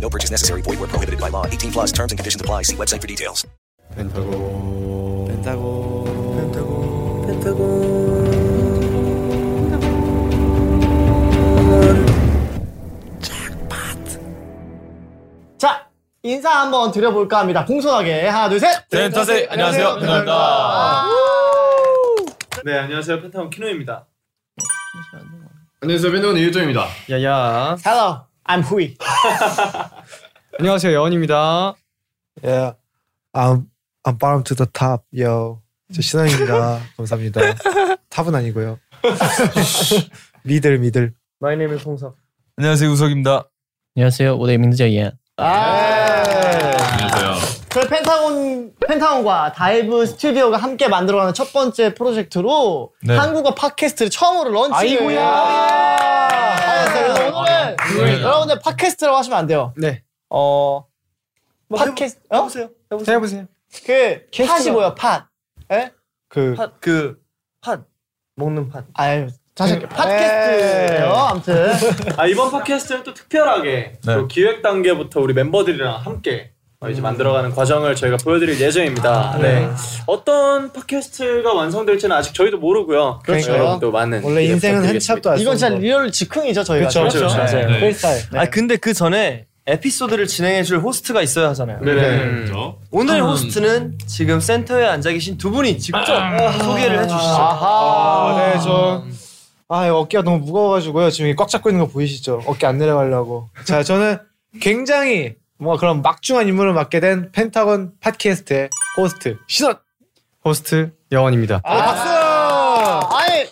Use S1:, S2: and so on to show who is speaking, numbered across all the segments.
S1: No purchase necessary. Void where prohibited by law. 18 plus terms and conditions apply. See website for details.
S2: 펜타곤 펜타곤 펜타곤
S3: 자 인사 한번 드려볼까 합니다. 공손하게 하나 둘 셋.
S2: 펜타세 네, 안녕하세요 펜타곤입니다
S4: 네 안녕하세요 펜타곤 키노입니다.
S5: 안녕하세요. 밴드건 이유정입니다.
S2: 야야
S3: Hello, I'm Hui.
S2: 안녕하세요 여원입니다
S6: Yeah, I'm I'm bottom to the top, yo. 저 신원입니다. 감사합니다. 탑은 아니고요. 미들 미들.
S3: My name is 홍석.
S2: 안녕하세요 우석입니다
S3: 哎，
S5: 안녕하세요.
S3: 저희 펜타곤 펜타곤과 다이브 스튜디오가 함께 만들어가는 첫 번째 프로젝트로
S2: 네.
S3: 한국어 팟캐스트를 처음으로 런칭을 아이고야. 그래서 오늘은 여러분들 팟캐스트라고 하시면 안 돼요.
S2: 네.
S3: 어 팟캐스트 어?
S4: 해보세요.
S2: 해보세요
S3: 그 팟이 뭐야 팟? 예?
S6: 그
S4: 팟그팟 먹는 팟.
S3: 아유 다시
S7: 네.
S3: 할게요. 팟캐스트예요. 아무튼
S4: 아 이번 팟캐스트는 또 특별하게
S2: 네.
S4: 또 기획 단계부터 우리 멤버들이랑 함께 어,
S7: 음.
S4: 이제 만들어가는 과정을 저희가 보여드릴 예정입니다.
S7: 아,
S4: 네. 어떤 팟캐스트가 완성될지는 아직 저희도 모르고요.
S3: 그렇죠.
S4: 여러분도 많은
S6: 그러니까 원래
S4: 기대
S6: 인생은
S4: 부탁드리겠습니다.
S6: 한참도 안
S3: 이건 진짜 리얼 즉흥이죠 저희가. 그렇죠?
S4: 그쵸, 그쵸, 그쵸. 맞아요.
S5: 네.
S3: 프리스타일.
S7: 아 근데 그 전에 에피소드를 진행해줄 호스트가 있어야 하잖아요.
S4: 네네. 음.
S5: 저
S7: 오늘 호스트는 지금 센터에 앉아 계신 두 분이 직접
S4: 음.
S7: 아, 소개를
S2: 아,
S7: 해주시죠.
S6: 아하. 네, 저. 아, 이거 어깨가 너무 무거워가지고요. 지금 이꽉 잡고 있는 거 보이시죠? 어깨 안 내려가려고. 자, 저는 굉장히 뭔가 그런 막중한 임무를 맡게 된 펜타곤 팟캐스트의 호스트 신원.
S2: 호스트 여원입니다
S3: 아, 박수! 아니,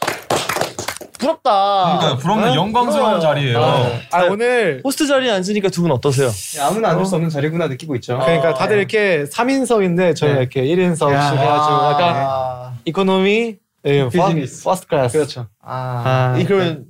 S3: 부럽다.
S2: 그러니까 부럽네 영광스러운 자리예요 네.
S6: 아, 오늘
S7: 호스트 자리에 앉으니까 두 분 어떠세요?
S2: 아무나 앉을 수 없는 자리구나 느끼고 있죠
S6: 그러니까 다들 이렇게 3인석인데 저희 가 이렇게 1인석씩
S3: 아,
S6: 해가지고
S3: 네.
S6: 약간 이코노미 예,
S2: 비즈니스.
S6: 퍼스트 클래스
S2: 그렇죠
S7: 아,
S3: 이
S7: 그러면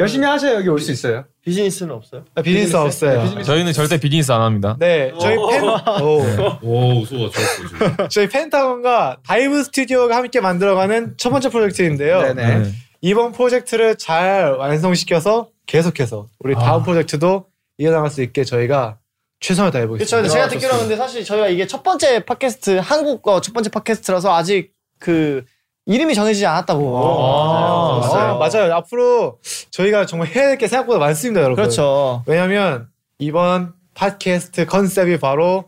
S2: 열심히 하셔야 여기 올 수 있어요
S7: 비즈니스는 없어요?
S6: 아, 비즈니스 없어요
S2: 네. 저희는 절대 비즈니스 안 합니다
S6: 네 저희 펜 오.
S5: 오 소가 좋았어 지금.
S6: 저희 펜타곤과 다이브 스튜디오가 함께 만들어가는 첫 번째 프로젝트인데요
S2: 네네
S6: 이번 프로젝트를 잘 완성시켜서 계속해서 우리 다음 프로젝트도 이어나갈 수 있게 저희가 최선을
S3: 그쵸, 그렇죠, 근데
S6: 다해보겠습니다
S3: 제가 듣기로 근데 사실 저희가 이게 첫 번째 팟캐스트, 한국어 첫 번째 팟캐스트라서 아직 그 이름이 정해지지 않았다고. 어.
S6: 아, 맞아요. 앞으로 저희가 정말 해야 될 게 생각보다 많습니다 여러분
S3: 그렇죠.
S6: 왜냐면 이번 팟캐스트 컨셉이 바로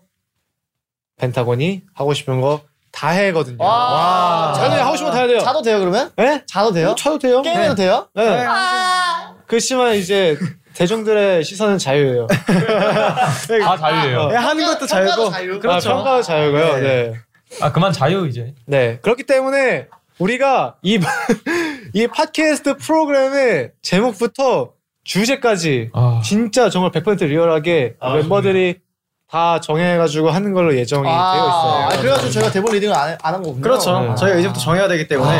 S6: 펜타곤이 하고 싶은 거 다 해거든요.
S4: 아,
S7: 아.
S3: 와.
S6: 저는 하고 싶은 거 다 해야 돼요.
S3: 자도 돼요, 그러면?
S6: 예?
S3: 자도 돼요?
S6: 쳐도 돼요?
S3: 게임해도
S6: 네.
S3: 돼요?
S6: 네. 그렇지만 이제 대중들의 시선은 자유예요.
S2: 다
S5: 아,
S2: 자유예요
S3: 네,
S6: 예, 하는
S3: 평가도
S6: 것도 자유고
S3: 자유.
S6: 그렇죠. 평가도 자유고요. 네.
S2: 아 그만 자유 이제
S6: 네. 그렇기 때문에 우리가 이, 이 팟캐스트 프로그램의 제목부터 주제까지
S2: 아.
S6: 진짜 정말 100% 리얼하게 멤버들이 다 정해가지고 하는 걸로 예정이 되어 있어요.
S3: 아, 아, 그래가지고 저희가 대본 리딩을 안, 안한 거군요.
S2: 그렇죠.
S6: 네.
S3: 아.
S2: 저희가 이제부터 정해야 되기 때문에.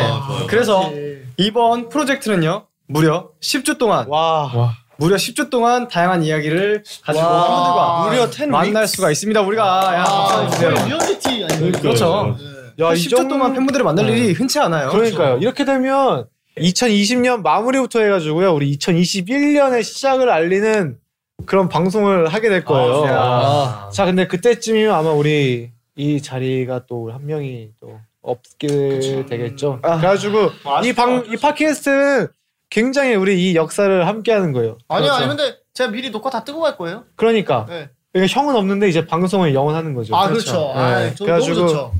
S2: 그래서
S3: 네.
S2: 이번 프로젝트는요, 무려 10주 동안,
S6: 와.
S2: 무려 10주 동안 다양한 이야기를 가지고
S3: 와.
S2: 여러분들과
S3: 무려 10
S2: 만날 수가 있습니다. 우리가. 야,
S3: 아,
S2: 박수
S3: 거의
S2: 주세요.
S3: 리얼리티 아니에요?
S2: 그렇죠.
S6: 야,
S2: 한
S6: 이
S2: 10주
S6: 정도-
S2: 동안 팬분들을 만날
S3: 네.
S2: 일이 흔치 않아요.
S6: 그러니까요. 이렇게 되면 2020년 마무리부터 해가지고요. 우리 2021년의 시작을 알리는 그런 방송을 하게 될 거예요.
S2: 아.
S6: 자, 근데 그때쯤이면 아마 우리 이 자리가 또 한 명이 또 없게 되겠죠.
S3: 아.
S6: 그래가지고 이 방, 이 팟캐스트는 굉장히 우리 이 역사를 함께 하는 거예요.
S3: 아니요,
S6: 그렇죠?
S3: 아니, 근데 제가 미리 녹화 다 뜨고 갈 거예요.
S6: 그러니까.
S3: 네.
S6: 그러니까 형은 없는데 이제 방송을 영원하는 거죠.
S3: 아, 그렇죠. 아,
S6: 네.
S3: 저 너무 좋죠.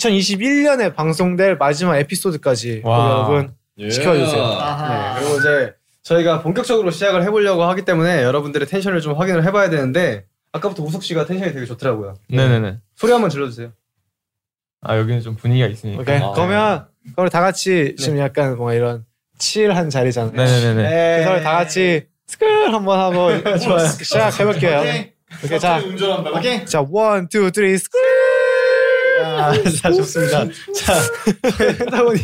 S6: 2021년에 방송될 마지막 에피소드까지
S2: 와.
S6: 여러분
S5: 예.
S6: 지켜주세요.
S3: 아하.
S2: 그리고 이제 저희가 본격적으로 시작을 해보려고 하기 때문에 여러분들의 텐션을 좀 확인을 해봐야 되는데, 아까부터 우석 씨가 텐션이 되게 좋더라고요.
S8: 네네네.
S2: 소리 한번 질러주세요.
S8: 아 여기는 좀 분위기가 있으니까.
S6: 오케이.
S5: 네.
S6: 그러면 그걸 다 같이 지금 약간 뭔가 이런 칠한 자리잖아요.
S8: 네네네네.
S6: 그걸 다 같이 스쿨 한번 하고 뭐 시작해볼게요.
S3: 오케이.
S6: 오케이 자,
S4: 운전한다고.
S3: 오케이.
S6: 자 원, 투, 쓰리 스쿨. 아, 자, 좋습니다. 자,
S2: 펜타곤이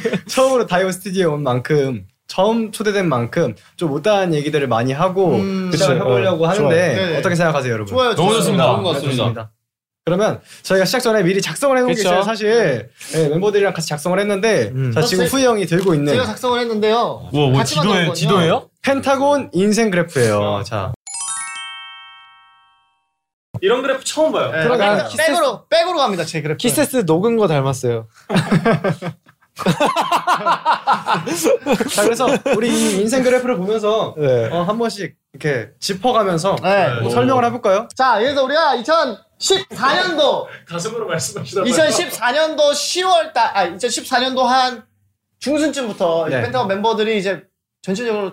S2: 처음으로 다이오 스튜디오에 온 만큼 처음 초대된 만큼 좀 못다한 얘기들을 많이 하고
S3: 음,
S2: 시작을
S6: 그쵸.
S2: 해보려고
S6: 어,
S2: 하는데
S3: 좋아요. 네.
S2: 어떻게 생각하세요 여러분?
S3: 좋아요.
S5: 너무 좋습니다.
S2: 네,
S5: 좋은 것 같습니다.
S2: 좋습니다. 그러면 저희가 시작 전에 미리 작성을 해놓은 게
S6: 그쵸.
S2: 있어요 사실 네, 멤버들이랑 같이 작성을 했는데
S6: 음.
S2: 자 지금
S3: 제-
S2: 후이 형이 들고
S6: 네.
S2: 있는
S3: 제가 작성을 했는데요.
S8: 우와, 우와
S3: 같이 만드는
S8: 지도예
S3: 거군요.
S8: 지도예요?
S2: 펜타곤 인생 그래프예요 자
S4: 이런 그래프 처음 봐요.
S3: 네,
S6: 들어가.
S3: 백- 백으로 백으로 갑니다. 제 그래프.
S6: 키세스
S2: 네.
S6: 녹은 거 닮았어요.
S2: 자, 그래서 우리 이 인생 그래프를 보면서
S6: 네. 아,
S2: 어, 한 번씩 이렇게 짚어가면서
S3: 네.
S2: 뭐 설명을 해볼까요?
S3: 자, 그래서 우리가 2014년도
S4: 가슴으로 말씀하시다.
S3: 2014년도 10월 달, 아 2014년도 한 중순쯤부터
S2: 네.
S3: 펜타곤 멤버들이 이제 전체적으로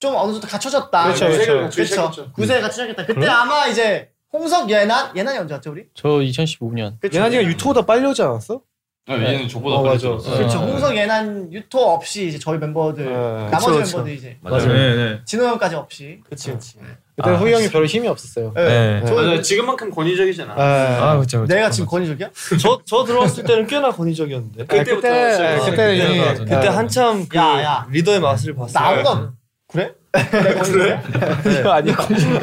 S3: 좀 어느 정도 갖춰졌다.
S4: 아,
S3: 네.
S6: 그렇죠,
S4: 네,
S6: 그렇죠.
S5: 네,
S3: 그렇죠. 구세가 갖춰졌다. 그때 아마 이제 홍석 예난 예난이 언제 왔죠 우리?
S7: 저 2015년.
S3: 그렇죠.
S6: 예나니가 유튜브보다 빨리 오지 않았어?
S5: 아, 얘는 저보다
S6: 어,
S5: 빨리
S6: 맞아.
S5: 들었어요.
S3: 그렇죠.
S7: 아,
S3: 홍석 예난 유토 없이 이제 저희 멤버들
S6: 네.
S3: 나머지
S6: 그쵸, 그쵸.
S3: 멤버들 이제
S8: 맞아요. 네, 네.
S3: 진호 형까지 없이.
S7: 그치 그치.
S2: 아,
S6: 그때 후이 형이 별로 힘이 없었어요.
S7: 네.
S3: 저-
S4: 맞아요. 지금만큼 권위적이잖아.
S6: 아,
S8: 아 그렇죠.
S5: 네,
S3: 내가 지금 권위적이야?
S7: 저 저 들어왔을 때는 꽤나 권위적이었는데.
S4: 그때부터
S6: 네. 아, 그때
S4: 시작해서.
S6: 그때
S8: 그때부터
S6: 형이
S8: 하죠.
S7: 그때
S6: 아,
S7: 한참 그
S3: 야, 야.
S7: 리더의 맛을 봤어요.
S3: 나 아무도
S4: 그래?
S6: 네. 아니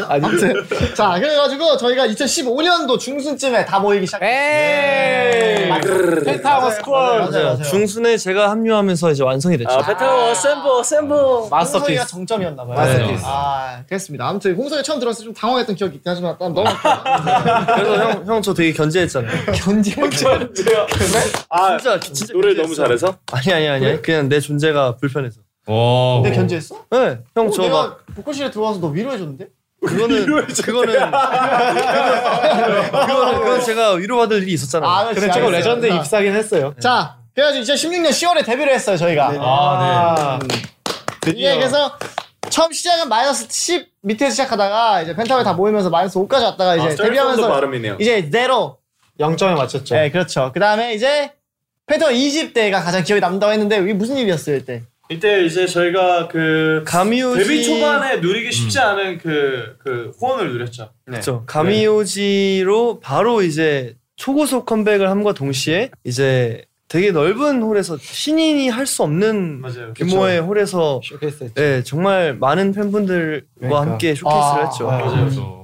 S6: 아니
S7: 네.
S3: 자 그래가지고 저희가 2015년도 중순쯤에 다 모이기
S2: 네.
S6: 네.
S3: 시작했어요.
S6: 에이 펜타곤 스쿼드
S3: 맞아요. 맞아요.
S7: 네, 중순에 제가 합류하면서 이제 완성이 됐죠.
S4: 아, 페타워 셈보 셈보.
S3: 홍석이가
S6: 마스터피스.
S3: 정점이었나봐요.
S7: 네.
S8: 마스터피스.
S3: 아, 그랬습니다. 아무튼 홍석이 처음 들었을 때 좀 당황했던 기억이 있긴 하지만 일단 너무
S7: 그래서 형 형 저 되게 견제했잖아요. 네?
S3: 견제.
S4: 아,
S7: 진짜 진짜
S4: 노래를
S7: 견제했어.
S4: 너무 잘해서?
S7: 아니 아니 아니 아니. 그냥 내 존재가 불편해서.
S5: 와.
S3: 내 견제했어?
S7: 네.
S3: 어,
S7: 형저 막 네.
S3: 내가 보컬실에 들어와서 너 위로해줬는데?
S7: 그거는 그거는 그거는 그건 제가 위로받을 일이 있었잖아요.
S3: 아,
S6: 근데 조금 레전드
S3: 입사.
S6: 입사긴 했어요.
S3: 자, 그래가지고 2016년 10월에 데뷔를 했어요 저희가.
S7: 네,
S5: 네.
S6: 아,
S3: 이게 예, 그래서 처음 시작은 마이너스 10 밑에서 시작하다가 이제 펜타곤이 다 모이면서 마이너스 5까지 왔다가
S7: 네,
S3: 이제
S4: 아, 셀프도
S3: 데뷔하면서
S4: 발음이네요.
S3: 이제 제로.
S6: 0점에 맞췄죠.
S3: 네, 그렇죠. 그 다음에 이제 펜타곤 20대가 가장 기억에 남다고 했는데 이게 무슨 일이었어요 이때?
S4: 이때 이제 저희가 그
S7: 가미오지
S4: 데뷔 초반에 누리기 쉽지 않은 그, 그 호언을 누렸죠.
S7: 그렇죠.
S4: 네.
S7: 가미오지로 바로 이제 초고속 컴백을 함과 동시에 이제 되게 넓은 홀에서 신인이 할 수 없는
S4: 맞아요.
S7: 규모의 홀에서
S6: 쇼케이스 했죠.
S7: 네, 정말 많은 팬분들과
S6: 그러니까.
S7: 함께 쇼케이스를 했죠.
S4: 맞아요.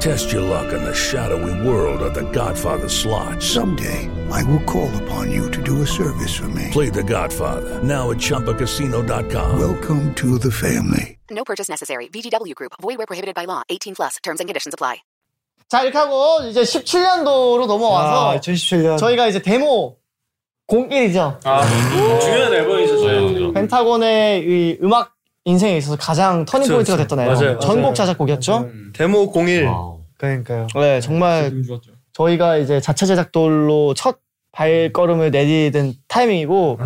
S9: Test your luck in the shadowy world of The Godfather slot. Someday, I will call upon you to do a service for me. Play The Godfather now at ChumbaCasino.com. Welcome to the family.
S10: No purchase necessary. VGW Group. Void where prohibited by law. 18 plus. Terms and conditions apply.
S3: 자 이렇게 하고 이제 17년도로 넘어와서
S6: 아, 2017년.
S3: 저희가 이제 데모 01이죠.
S4: 아, 중요한
S5: 네.
S4: 앨범이죠, 저희.
S3: 펜타곤의 이 음악 인생에 있어서 가장 터닝
S7: 그쵸,
S3: 포인트가
S7: 그쵸.
S3: 됐던 앨범.
S7: 맞아요,
S3: 전곡
S6: 맞아요.
S3: 자작곡이었죠.
S7: 데모 01.
S6: 그러니까요.
S3: 네, 정말
S8: 좋았죠.
S3: 저희가 이제 자체 제작돌로 첫 발걸음을 내디딘 타이밍이고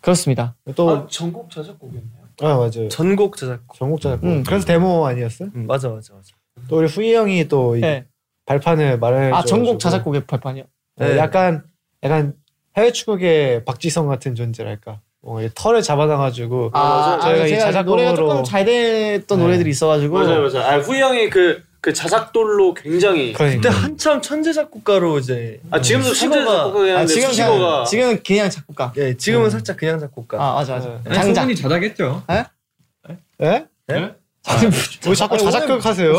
S3: 그렇습니다. 또
S4: 아, 전곡 자작곡이었나요?
S6: 아, 맞아요.
S7: 어. 전곡 제작곡.
S6: 전국자 고
S3: 음.
S6: 그래서 데모 아니었어요?
S7: 음, 맞아 맞아 맞아.
S6: 또 우리 후이 형이 또이
S3: 네.
S6: 발판을 마련해
S3: 아 전곡
S6: 줘가지고.
S3: 자작곡의 발판이요.
S6: 네,
S7: 네.
S6: 약간 약간 해외 축구의 박지성 같은 존재랄까. 어, 이 털을 잡아당가지고
S3: 아,
S6: 저희가
S3: 아,
S6: 이
S3: 제가
S6: 자작곡으로-
S3: 노래가 조금 잘 됐던
S6: 네.
S3: 노래들이 있어가지고
S4: 맞아요, 맞아요. 아, 후이 형이 그, 그 자작돌로 굉장히.
S6: 그러니까.
S7: 그때 한참 천재 작곡가로 이제
S4: 아, 지금도
S7: 수식어가-
S4: 천재 작곡가긴
S3: 아,
S4: 한데
S3: 지금
S4: 수식어가.
S3: 그냥 지금 그냥 작곡가.
S7: 예,
S6: 음.
S7: 지금은 살짝 그냥 작곡가.
S3: 아 맞아 맞아.
S6: 네.
S3: 장작.
S8: 자작했죠.
S6: 예? 왜뭐 자꾸
S3: 아니,
S6: 자작극 하세요?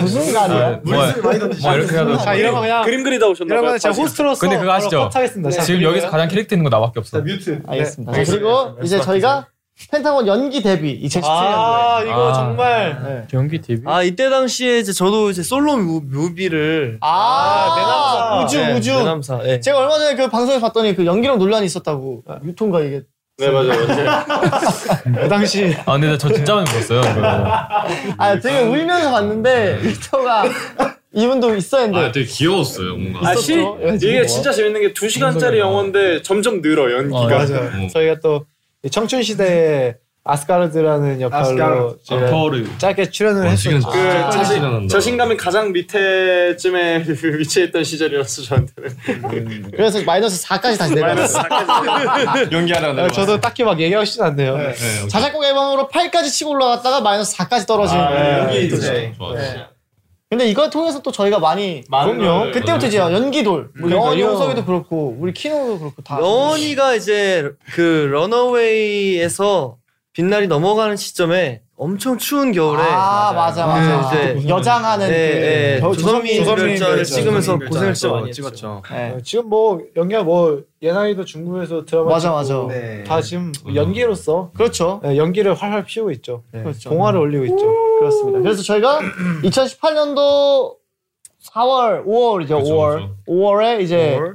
S3: 무슨
S5: 네. 아,
S3: 말이야?
S8: 뭐 이렇게 하다.
S6: 자 이런 거 그냥
S4: 그림 그리다 오셨나봐요.
S6: 이런 거는 제가
S4: 사진.
S6: 호스트로서
S8: 근데 그거 아시죠? 네,
S5: 네,
S6: 하겠습니다.
S8: 지금 여기서 가장 캐릭터 있는 거 나밖에 없어.
S3: 알겠습니다.
S6: 네,
S3: 그리고 이제 저희가 펜타곤 연기 데뷔 2017년도에.
S7: 아, 이거 아.
S3: 정말.
S8: 연기 데뷔.
S7: 아 이때 당시에 이제 저도 이제 솔로 뮤, 뮤비를
S3: 아,
S7: 매남사.
S3: 우주
S7: 네,
S3: 우주.
S7: 매남사, 예.
S3: 제가 얼마 전에 그 방송에서 봤더니 그 연기력 논란이 있었다고 유통가 이게.
S4: 네 맞아요.
S6: 그 당시.
S8: 아 근데 저 진짜 많이 봤어요. 이거.
S3: 아 되게 울면서 봤는데 유통가 이분도 있어야 했는데.
S5: 아 되게 귀여웠어요 뭔가.
S4: 아, 시, 이게 진짜 재밌는 게 2시간짜리 영화인데 점점 늘어 연기가.
S6: 맞아요. 저희가 또 청춘 시대의 아스가르드라는 역할로
S4: 아스가르드.
S6: 제가
S4: 아스가르드.
S6: 짧게 출연을 했었죠.
S4: 그 자신, 자신감이 가장 밑에쯤에 위치했던 시절이라서 저한테는
S3: 그래서 마이너스 4까지 다시
S4: 마이너스
S3: 내려갔어요.
S4: 4까지 연기하라고
S5: 네,
S6: 아, 저도 딱히 막 얘기하고 싶진 않네요.
S3: 자작곡 앨범으로 8까지 치고 올라갔다가 마이너스 4까지 떨어진
S6: 아,
S3: 거예요.
S6: 네, 연기도
S3: 네.
S6: 좋아,
S3: 네. 근데 이걸 통해서 또 저희가 많이
S7: 많은
S3: 그럼요.
S7: 거를
S3: 그때부터 이제
S7: 얻었죠.
S3: 연기돌 뭐
S7: 그러니까요.
S3: 영원이 홍석이도 그렇고 우리 키노도 그렇고 다
S7: 연이가 이제 그 런어웨이에서 빛날이 넘어가는 시점에 엄청 추운 겨울에
S3: 아, 맞아, 맞아.
S7: 네,
S3: 그 여장하는
S7: 네,
S3: 그
S7: 네,
S3: 저-
S7: 조선민
S3: 조선민
S7: 결자를
S3: 결자.
S7: 찍으면서
S3: 조선민
S7: 고생을
S3: 결자
S7: 진짜 많이 했죠.
S4: 찍었죠.
S6: 어, 지금 뭐 연기가 뭐 예나이도 중국에서 드라마
S3: 네. 맞아,
S6: 찍고 뭐
S3: 맞아.
S7: 네.
S6: 다 지금 연기로서 네,
S3: 그렇죠.
S6: 연기를 활활 피우고 있죠.
S3: 그렇죠.
S6: 봉화를 올리고 있죠.
S3: 그렇습니다. 그래서 저희가 2018년도 4월, 5월 이제 5월, 5월에 이제
S6: 네.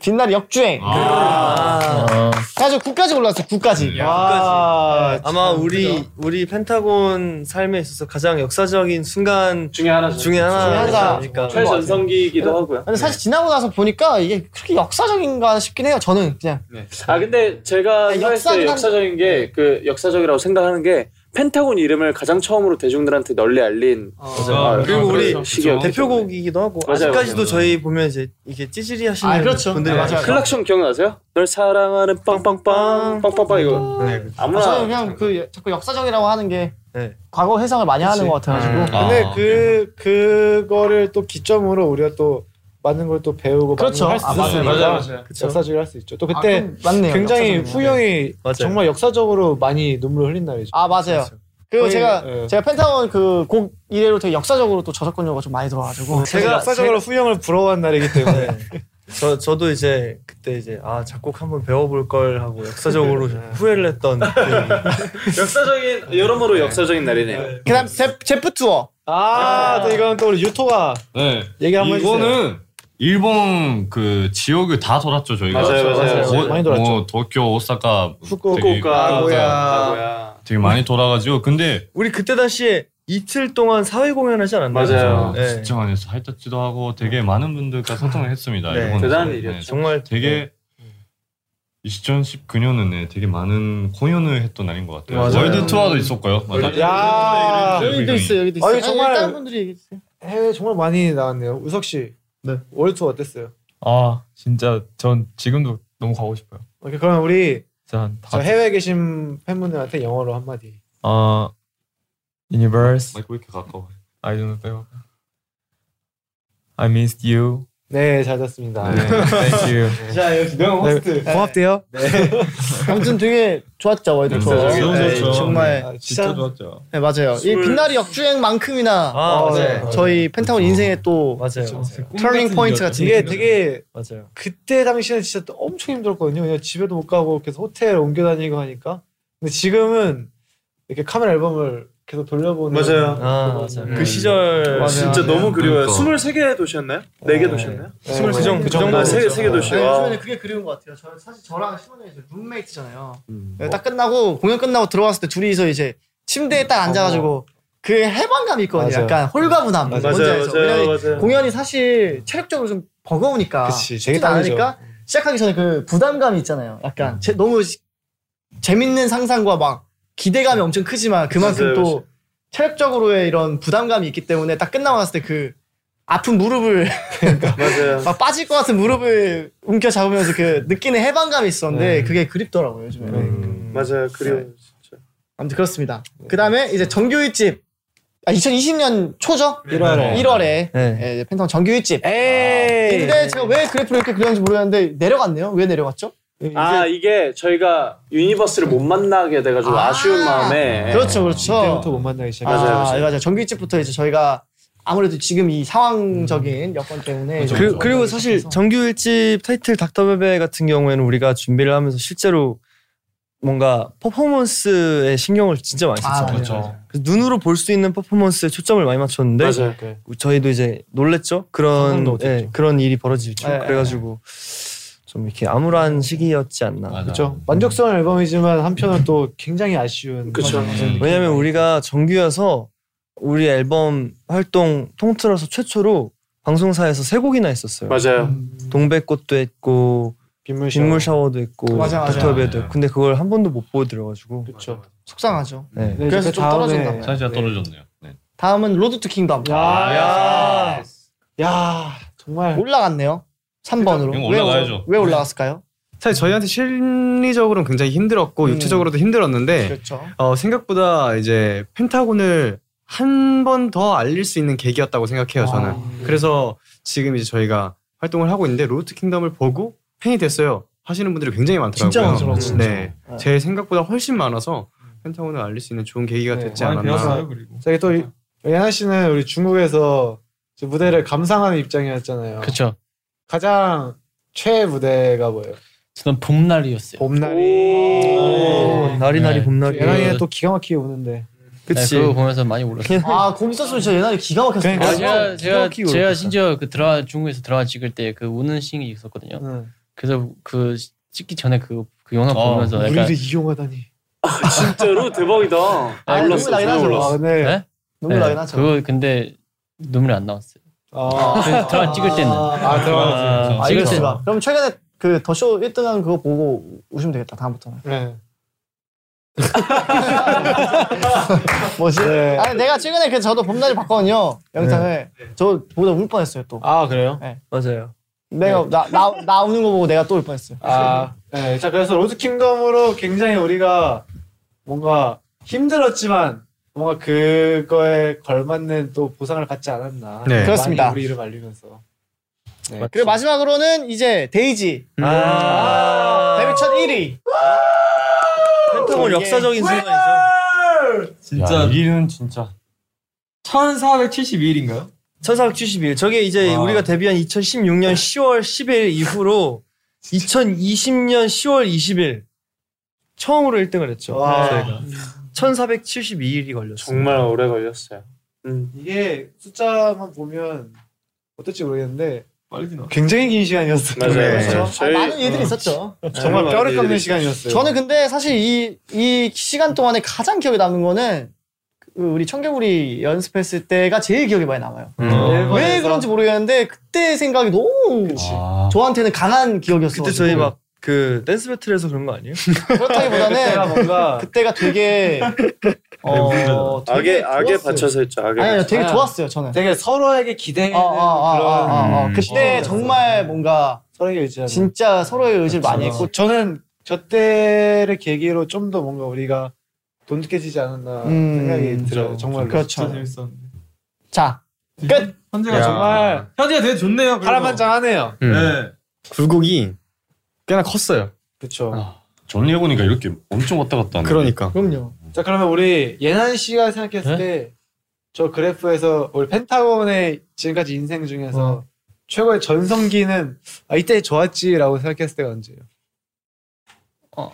S3: 빛날 역주행.
S5: 아,
S7: 아,
S3: 사실 9까지 올랐어요. 9까지. 네,
S7: 끝까지. 아마 우리 우리 펜타곤 삶에 있어서 가장 역사적인 순간
S4: 중에 하나죠.
S7: 중에
S3: 중에 하나. 네.
S7: 하나 아닐까.
S4: 최전성기이기도 하고요.
S3: 근데 사실 지나고 나서 보니까 이게 그렇게 역사적인가 싶긴 해요. 저는 그냥
S4: 아 근데 제가 생각했을 때
S3: 역사긴 한데.
S4: 역사적인 게 그 역사적이라고 생각하는 게 펜타곤 이름을 가장 처음으로 대중들한테 널리 알린
S3: 어.
S7: 아, 그리고 우리
S4: 시기였기
S7: 대표곡이기도 하고
S4: 맞아요,
S7: 아직까지도
S4: 맞아요.
S7: 저희 보면 이제 이게 찌질이 하시는
S4: 아, 그렇죠.
S7: 분들이
S4: 네, 맞아요. 클락션 기억나세요? 널 사랑하는
S7: 음.
S4: 빵빵빵 빵빵빵 이거
S3: 아, 저는
S4: 아무나
S3: 그냥 그 자꾸 역사적이라고 하는 게 과거 회상을 많이 하는 것 음. 같아가지고.
S6: 근데 그 그거를 또 기점으로 우리가 또 많은 걸 또 배우고
S3: 그렇죠.
S6: 많은 걸할수
S3: 아,
S6: 있으니까
S3: 맞아요, 맞아요, 맞아요. 그렇죠.
S6: 역사적으로 할 수 있죠. 또 그때
S3: 아, 그럼 맞네요.
S6: 굉장히
S3: 역사적으로.
S6: 후영이 정말 역사적으로 많이 눈물을 흘린 날이죠.
S3: 아 맞아요. 그
S6: 거의,
S3: 제가
S6: 예.
S3: 제가 펜타곤 그 곡 이래로 되게 역사적으로 또 저작권료가 좀 많이 들어와가지고
S6: 제가 역사적으로 후영을 부러워한 날이기 때문에
S7: 네. 저 저도 이제 그때 이제 아 작곡 한번 배워볼 걸 하고 역사적으로
S6: 네.
S7: 후회를 했던
S4: 역사적인
S7: 네.
S4: 여러모로 역사적인 날이네요.
S3: 그다음 제, 제프 투어.
S6: 아, 또 이건 또 우리 유토가
S5: 네.
S6: 얘기 한번 해주세요.
S5: 이거는 일본 그 지역을 다 돌았죠 저희가.
S4: 맞아요, 맞아요.
S5: 뭐,
S4: 많이
S6: 돌았죠.
S5: 뭐 도쿄, 오사카,
S6: 아,
S7: 후쿠오카, 나고야.
S4: 나고야.
S5: 되게 많이 돌아가지고 근데
S7: 아, 우리 그때 당시에 이틀 동안 사회 공연하지 않았나요? 네.
S5: 진짜 많이 했어. 할딱지도 하고 되게 많은 분들과 소통을 했습니다.
S7: 네.
S5: 일본에서.
S7: 대단한 일이었죠. 정말
S5: 되게 2019년은 네, 되게 많은 공연을 했던 날인 것 같아요.
S6: 맞아요. 네.
S5: 월드 투어도 있었고요. 맞아요.
S6: 야
S5: 여기도 있어요,
S3: 여기도
S6: 아니,
S3: 있어요.
S6: 정말
S3: 다른 분들이 얘기해주세요.
S6: 해외 정말 많이 나왔네요. 우석 씨, 월투 어땠어요?
S8: 아 진짜 전 지금도 너무 가고 싶어요.
S6: 오케이, 그럼 우리
S8: 자,
S6: 저
S8: 다
S6: 해외에 계신 팬분들한테 영어로 한마디.
S8: 아 universe.
S5: 왜 이렇게 가까워?
S8: I don't know. I missed you.
S6: 네, 잘 잤습니다. 네.
S8: 네, thank you.
S6: 자, 역시 명 호스트. 고맙대요.
S3: 아무튼 되게 좋았죠 월드 투어. 네, 정말
S6: 아,
S8: 진짜 좋았죠.
S3: 네, 맞아요. 이
S8: 스물-
S3: 빛나리 역주행만큼이나
S8: 아,
S3: 어,
S8: 맞아요.
S3: 네, 저희 펜타곤 인생의 또
S7: 맞아요.
S3: 터닝 포인트 같은
S6: 이게
S3: 느낌이죠. 예, 네.
S6: 되게
S7: 맞아요.
S6: 그때 당시에는 진짜 또 엄청 힘들었거든요. 그냥 집에도 못 가고 계속 호텔 옮겨 다니고 하니까. 근데 지금은 이렇게 카메라 앨범을 계속 돌려보는
S4: 맞아요.
S7: 아, 맞아요.
S8: 네.
S7: 그 시절
S4: 진짜 너무 그리워요.
S7: 그러니까.
S4: 23개 도시였나요? 4개 도시였나요?
S7: 네, 스물 그 정도,
S4: 그
S7: 그
S4: 정도
S7: 정도.
S4: 3개, 세개 도시.
S3: 아니,
S4: 와.
S3: 요즘에는 그게 그리운 것 같아요. 저 사실 저랑 시원이 이제 룸메이트잖아요. 네, 딱 끝나고 공연 끝나고 들어왔을 때 둘이서 이제 침대에 딱 앉아가지고 그 해방감이 있거든요.
S6: 맞아요.
S3: 약간 홀가분함.
S6: 맞아요,
S3: 뭔지 알죠?
S6: 맞아요,
S3: 왜냐면
S6: 맞아요.
S3: 공연이 사실 체력적으로 좀 버거우니까
S6: 아, 그치, 되게
S3: 쉽지도
S6: 다르죠. 음.
S3: 않으니까 시작하기 전에 그 부담감이 있잖아요. 약간 제- 너무 시- 재밌는 상상과 막 기대감이 엄청 크지만 그만큼
S6: 맞아요,
S3: 또
S6: 맞아요.
S3: 체력적으로의 이런 부담감이 있기 때문에 딱 끝나고 났을 때 그 아픈 무릎을
S4: 맞아요.
S3: 막 빠질 것 같은 무릎을 움켜 잡으면서 그 느끼는 해방감이
S6: 네.
S3: 있었는데 그게 그립더라고요 요즘에.
S7: 음.
S4: 맞아요. 그리워.
S3: 아무튼 그렇습니다. 그 다음에 이제 정규 1집. 아, 2020년 초죠?
S6: 네. 1월에. 네.
S3: 1월에. 예, 펜타곤 정규 1집. 근데 제가 왜 그래프를 이렇게 그렸는지 모르겠는데 내려갔네요. 왜 내려갔죠?
S4: 아 이게 저희가 유니버스를 못 만나게 돼가지고 아~ 쉬운 마음에
S3: 그렇죠, 그렇죠.
S6: 그때부터 못 만나기 시작.
S4: 맞아요,
S3: 아,
S4: 맞아요.
S3: 맞아요. 정규 1집부터 이제 저희가 아무래도 지금 이 상황적인 여건 때문에.
S6: 그렇죠,
S3: 이제
S7: 그, 그리고 사실 정규 일집 타이틀 닥터베베 같은 경우에는 우리가 준비를 하면서 실제로 뭔가 퍼포먼스에 신경을 진짜 많이 썼잖아요.
S5: 맞아요,
S6: 그렇죠.
S3: 네,
S2: 그렇죠.
S5: 맞아요.
S7: 그래서 눈으로 볼 수 있는 퍼포먼스에 초점을 많이 맞췄는데
S5: 맞아요. 네.
S7: 저희도 이제 놀랬죠.
S5: 상상도
S7: 그런
S5: 못했죠.
S7: 예, 그런 일이 벌어지죠.
S6: 네,
S7: 그래가지고 좀 이렇게
S3: 음.
S7: 암울한 시기였지
S5: 네.
S7: 않나.
S6: 그렇죠. 만족스러운 앨범이지만 한편은 또 굉장히 아쉬운.
S7: 그쵸.
S5: 음,
S6: 맞아요.
S7: 왜냐면 우리가 정규여서 우리 앨범 활동 통틀어서 최초로 방송사에서 세 곡이나 했었어요.
S4: 맞아요.
S7: 동백꽃도 했고
S6: 빗물,
S7: 샤워. 도 했고
S3: 맞아, 맞아.
S7: 닥터베도
S2: 네.
S7: 했고 근데 그걸 한 번도 못 보여드려가지고
S6: 그렇죠.
S3: 속상하죠.
S7: 네.
S3: 네, 그래서 좀 떨어진다.
S7: 네.
S5: 사이즈가 떨어졌네요.
S3: 다음은 로드 투 킹덤.
S5: 야.
S3: 야, 정말 올라갔네요. 3번으로.
S2: 이건
S3: 왜,
S2: 올라가야죠.
S3: 왜 올라갔을까요?
S2: 사실 저희한테 심리적으로는
S7: 음.
S2: 굉장히 힘들었고 육체적으로도
S6: 네.
S2: 힘들었는데
S3: 그렇죠.
S2: 어, 생각보다 이제 펜타곤을 한 번 더 알릴 수 있는 계기였다고 생각해요 저는. 그래서 지금 이제 저희가 활동을 하고 있는데 로드 킹덤을 보고 팬이 됐어요 하시는 분들이 굉장히 많더라고요.
S6: 진짜 많더라고요, 진짜.
S2: 네,
S6: 네.
S2: 제 생각보다 훨씬 많아서 펜타곤을 알릴 수 있는 좋은 계기가 됐지 않았나.
S6: 저기 또 이- 예나 씨는 우리 중국에서 이제 무대를 감상하는 입장이었잖아요.
S11: 그쵸.
S6: 가장 최애 무대가 뭐예요?
S11: 저는 봄날이었어요.
S6: 봄날이.
S7: 날이 날이 봄날이.
S6: 예나이는 네. 또 기가 막히게 우는데.
S11: 네, 그거 보면서 많이 울었어요.
S3: 아, 곰 있었으면 진짜 옛날에 기가 막혔을 거예요.
S11: 아, 제가 제가 제가 심지어 그 드라 중국에서 드라마 찍을 때 그 우는 씬이 있었거든요.
S7: 네.
S11: 그래서 그 찍기 전에 그 그 영화
S7: 어,
S11: 보면서
S6: 아, 우리를
S11: 약간
S6: 이용하다니.
S4: 진짜로 대박이다.
S11: 아,
S4: 몰랐어,
S11: 눈물 나긴
S4: 전혀
S11: 하죠.
S4: 몰랐어.
S11: 아, 근데 네?
S3: 눈물
S11: 네,
S3: 나긴 하죠.
S11: 그거 근데 눈물이 안 나왔어요. 그 드라마 찍을 때는.
S3: 아, 들어가지.
S11: 찍을
S3: 알겠습니다.
S11: 때는.
S3: 그럼 최근에 그 더쇼 1등한 그거 보고 우시면 되겠다. 다음부터는.
S6: 네.
S3: 뭐지?
S6: 네.
S3: 아 내가 최근에 그 저도 봄날이 봤거든요. 영상을. 저 보다 울 뻔했어요, 또.
S6: 아, 그래요? 네.
S3: 네.
S7: 맞아요.
S3: 내가 나, 나, 나 우는 거 보고 내가 또 울 뻔했어요.
S6: 아, 네. 자 그래서 로드 킹덤으로 굉장히 우리가 뭔가 힘들었지만 뭔가 그거에 걸맞는 또 보상을 받지 않았나.
S3: 네. 그렇습니다.
S6: 많이 우리 이름 알리면서. 네. 아,
S3: 그리고 마지막으로는 이제 데이지.
S6: 음.
S3: 아, 데뷔첫 1위.
S7: 펜타곤 역사적인
S8: 순간이죠.
S7: 진짜
S8: 야, 1위는 진짜 1471인가요?
S7: 1471. 저게 이제
S8: 와.
S7: 우리가 데뷔한 2016년 10월 10일 이후로 2020년 10월 20일 처음으로 1등을 했죠.
S4: 와.
S7: 저희가.
S6: 음.
S7: 1472일이 걸렸어요.
S4: 정말 오래 걸렸어요.
S6: 이게 숫자만 보면 어떨지 모르겠는데 굉장히 긴 시간이었어요.
S4: 맞아요, 맞아요.
S6: 그렇죠?
S4: 저희-
S3: 많은 일들이
S6: 어.
S3: 있었죠.
S6: 정말
S3: 네.
S6: 뼈를 깎는 시간이었어요.
S3: 저는 근데 사실 이, 이 시간 동안에 가장 기억에 남는 거는 그 우리 청개구리 연습했을 때가 제일 기억에 많이 남아요.
S4: 음. 어.
S3: 왜
S6: 어,
S3: 그런지 모르겠는데 그때 생각이 너무 저한테는 강한 기억이었어요.
S7: 그때
S6: 네.
S7: 저희 막 그 댄스 배틀에서 그런 거 아니에요?
S3: 그때가 뭔가 그때가 되게 어
S4: 악에 악에
S3: 좋았어요.
S4: 받쳐서 했죠. 악에
S3: 아니, 아니
S4: 받쳐서.
S3: 되게 좋았어요 저는. 아,
S6: 되게 서로에게
S7: 아,
S6: 기대는
S3: 그런.
S6: 음.
S3: 아, 그때 정말 뭔가
S6: 서로에게 의지하는. 그렇죠.
S3: 진짜 서로의 의지를 많이 했고.
S6: 저는 저 때를 계기로 좀 더 뭔가 우리가 돈독해지지 않았나
S3: 음,
S6: 아, 생각이 들어요.
S3: 그렇죠.
S6: 정말로.
S3: 그렇죠.
S6: 진짜
S8: 재밌었는데.
S3: 자 끝.
S8: 현재가
S2: 야.
S8: 정말 현재가 되게 좋네요.
S6: 파란만장하네요.
S2: 음.
S8: 네.
S2: 굴곡이 꽤나 컸어요.
S6: 그렇죠.
S5: 전리 해보니까 이렇게 엄청 왔다 갔다 하는.
S2: 그러니까. 네?
S6: 그럼요. 자 그러면 우리 예난 씨가 생각했을 때 저 그래프에서 우리 펜타곤의 지금까지 인생 중에서
S3: 어.
S2: 어.
S6: 최고의 전성기는 아 이때 좋았지라고 생각했을 때가 언제예요?
S11: 어.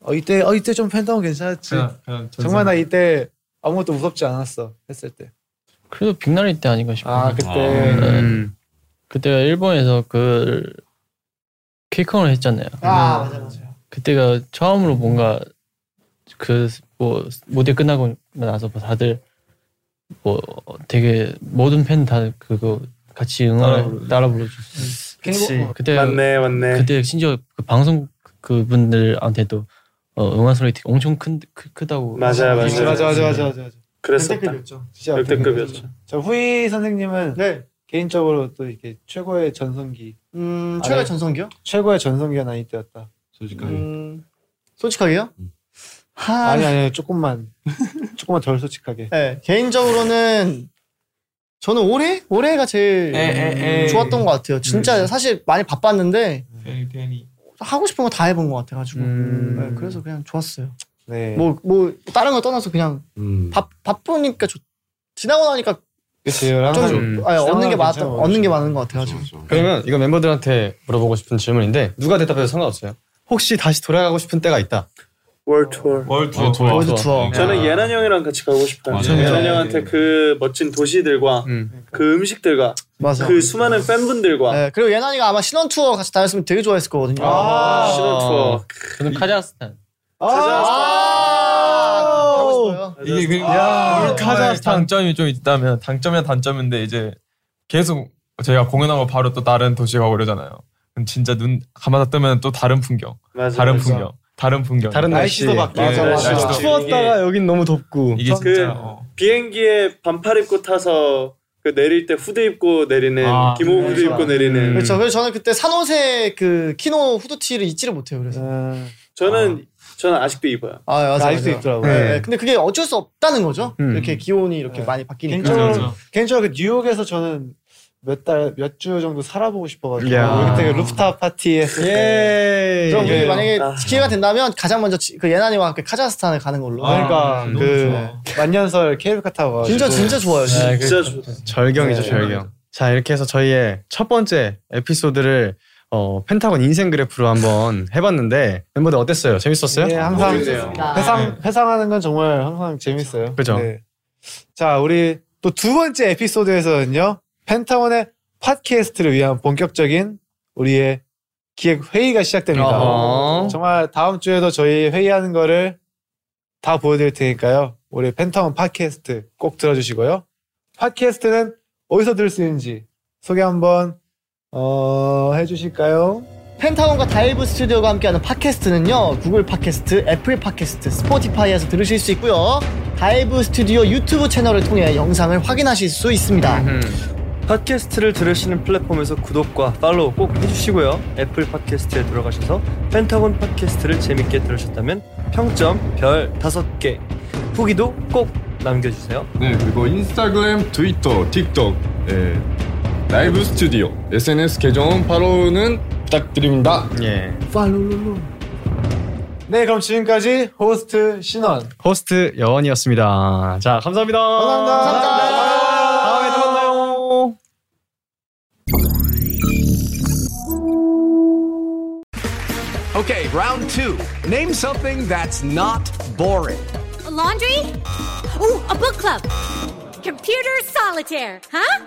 S6: 어 이때 어 이때 좀 펜타곤 괜찮았지.
S8: 그냥- 그냥 전성기.
S6: 정말 나 이때 아무것도 무섭지 않았어 했을 때.
S11: 그래도 빅나리 때 아닌가 싶어요.
S6: 아 그때
S11: 네. 그때가 일본에서 그 케이콘을 했잖아요. 음.
S3: 아 맞아 맞아.
S11: 그때가 처음으로 뭔가 그 뭐 무대 끝나고 나서 뭐 다들 뭐 되게 모든 팬 다 그거 같이 응원을 따라 부르죠.
S4: 그치.
S11: 그때
S4: 맞네, 맞네.
S11: 그때 심지어 그 방송 그분들한테도 어, 응원 소리 되게 엄청 큰 크, 크다고.
S4: 맞아요, 맞아요.
S11: 얘기를
S6: 맞아 맞아
S11: 했어요.
S6: 맞아 맞아. 맞아.
S4: 그랬었다.
S6: 역대급이었죠. 진짜
S4: 역대급이었죠.
S6: 저 후이 선생님은 개인적으로 또 이렇게 최고의 전성기.
S3: 음
S6: 아,
S3: 최고의
S6: 네.
S3: 전성기요?
S6: 최고의 전성기가 나이 때였다.
S5: 솔직하게.
S3: 솔직하게요? 하...
S6: 아니 아니 조금만 조금만 덜 솔직하게.
S3: 네, 개인적으로는 저는 올해 올해가 제일
S6: 에, 음. 에.
S3: 좋았던 것 같아요. 진짜 사실 많이 바빴는데
S6: 네.
S2: 네,
S3: 하고 싶은 거 다 해본 것 같아가지고
S6: 음.
S3: 네, 그래서 그냥 좋았어요.
S6: 네.
S3: 뭐 뭐 다른 거 떠나서 그냥
S5: 음.
S3: 바, 바쁘니까 좋- 지나고 나니까
S6: 그치,
S3: 좀
S2: 음.
S3: 아, 얻는 게
S6: 지나고 나면
S3: 많았
S6: 괜찮아,
S3: 얻는 게 많은 것 같아가지고
S2: 그러면 이거 멤버들한테 물어보고 싶은 질문인데 누가 대답해도 상관없어요. 혹시 다시 돌아가고 싶은 때가 있다.
S4: 월 투어.
S5: 음. 월 투어. 월 투어. 월드 투어.
S4: 저는 예난 형이랑 같이 가고 싶어요.
S5: 아. 맞아요.
S4: 예난 형한테 그 멋진 도시들과 그 음식들과
S3: 맞아요.
S4: 그 수많은 팬분들과
S3: 네, 그리고 예난이가 아마 신원 투어 같이 다녔으면 되게 좋아했을 거거든요.
S4: 아, 신원 투어.
S11: 저는 카자흐스탄.
S3: 아,
S6: 아. 음.
S8: 이게 그냥
S11: 야. 네.
S8: 카자흐스탄 단점이 아, 좀 있다면 단점이야 단점인데 이제 계속 저희가 공연하고 바로 또 다른 도시 가고 그러잖아요. 그럼 진짜 눈 감아다 뜨면 또 다른 풍경,
S4: 맞아요.
S8: 다른
S4: 맞아요.
S8: 풍경, 다른 풍경,
S2: 다른 날씨도 바뀌고.
S8: 맞아,
S2: 맞아.
S8: 맞아.
S2: 추웠다가 여긴 너무 덥고.
S8: 이게
S4: 그
S8: 진짜
S4: 비행기에 반팔 입고 타서 그 내릴 때 후드 입고 내리는
S8: 아,
S4: 기모
S8: 네.
S4: 후드 입고 내리는
S3: 그렇죠. 그래서 저는 그때 산호세 그 키노 후드티를 잊지를 못해요. 그래서
S4: 저는 저는 아직도 입어요.
S3: 아, 맞아요,
S6: 그
S3: 맞아요.
S4: 아직도 있더라고요.
S3: 네.
S4: 네.
S3: 근데 그게 어쩔 수 없다는 거죠.
S4: 음.
S3: 이렇게 기온이 이렇게 많이
S2: 음,
S6: 음.
S3: 바뀌니까.
S6: 개인적으로 개인적으로 그 뉴욕에서 저는 몇 달 몇 주 정도 살아보고 싶어가지고
S3: 야.
S6: 그때 그 루프탑 파티 했을 때.
S3: 그럼 우리
S6: 예.
S3: 만약에
S6: 아.
S3: 기회가 된다면 가장 먼저 지- 그 예나니와 함께 카자흐스탄을 가는 걸로.
S6: 그러니까 그 만년설 케이블카 타고 가가지고.
S3: 진짜 진짜 좋아요. 진짜,
S6: 네,
S3: 진짜
S6: 그-
S3: 좋아요.
S2: 절경이죠,
S6: 네.
S2: 절경. 자, 이렇게 해서 저희의 첫 번째 에피소드를 어, 펜타곤 인생 그래프로 한번 해봤는데 멤버들 어땠어요? 재밌었어요?
S6: 예, 항상
S3: 네.
S6: 회상 회상하는 건 정말 항상 재밌어요.
S2: 네.
S6: 네.
S2: 그죠?
S6: 자, 우리 또 두 번째 에피소드에서는요. 펜타곤의 팟캐스트를 위한 본격적인 우리의 기획 회의가 시작됩니다.
S2: 어허.
S6: 정말 다음 주에도 저희 회의하는 거를 다 보여드릴 테니까요. 우리 펜타곤 팟캐스트 꼭 들어주시고요. 팟캐스트는 어디서 들을 수 있는지 소개 한번 어, 해주실까요?
S3: 펜타곤과 다이브 스튜디오가 함께하는 팟캐스트는요 구글 팟캐스트, 애플 팟캐스트, 스포티파이에서 들으실 수 있고요 다이브 스튜디오 유튜브 채널을 통해 영상을 확인하실 수 있습니다
S4: 음.
S7: 팟캐스트를 들으시는 플랫폼에서 구독과 팔로우 꼭 해주시고요. 애플 팟캐스트에 들어가셔서 펜타곤 팟캐스트를 재밌게 들으셨다면 평점 별 5개 후기도 꼭 남겨주세요.
S12: 네 그리고 인스타그램, 트위터, 틱톡, 예, 라이브 스튜디오 SNS 계정 팔로우는 부탁드립니다.
S2: 예.
S6: 팔로우. 네, 그럼 지금까지 호스트 신원.
S2: 호스트 여원이었습니다. 자, 감사합니다.
S6: 다음에 또 만나요.
S13: Okay, round two. Name something that's not boring.
S14: A laundry? Ooh, a book club. Computer solitaire, huh?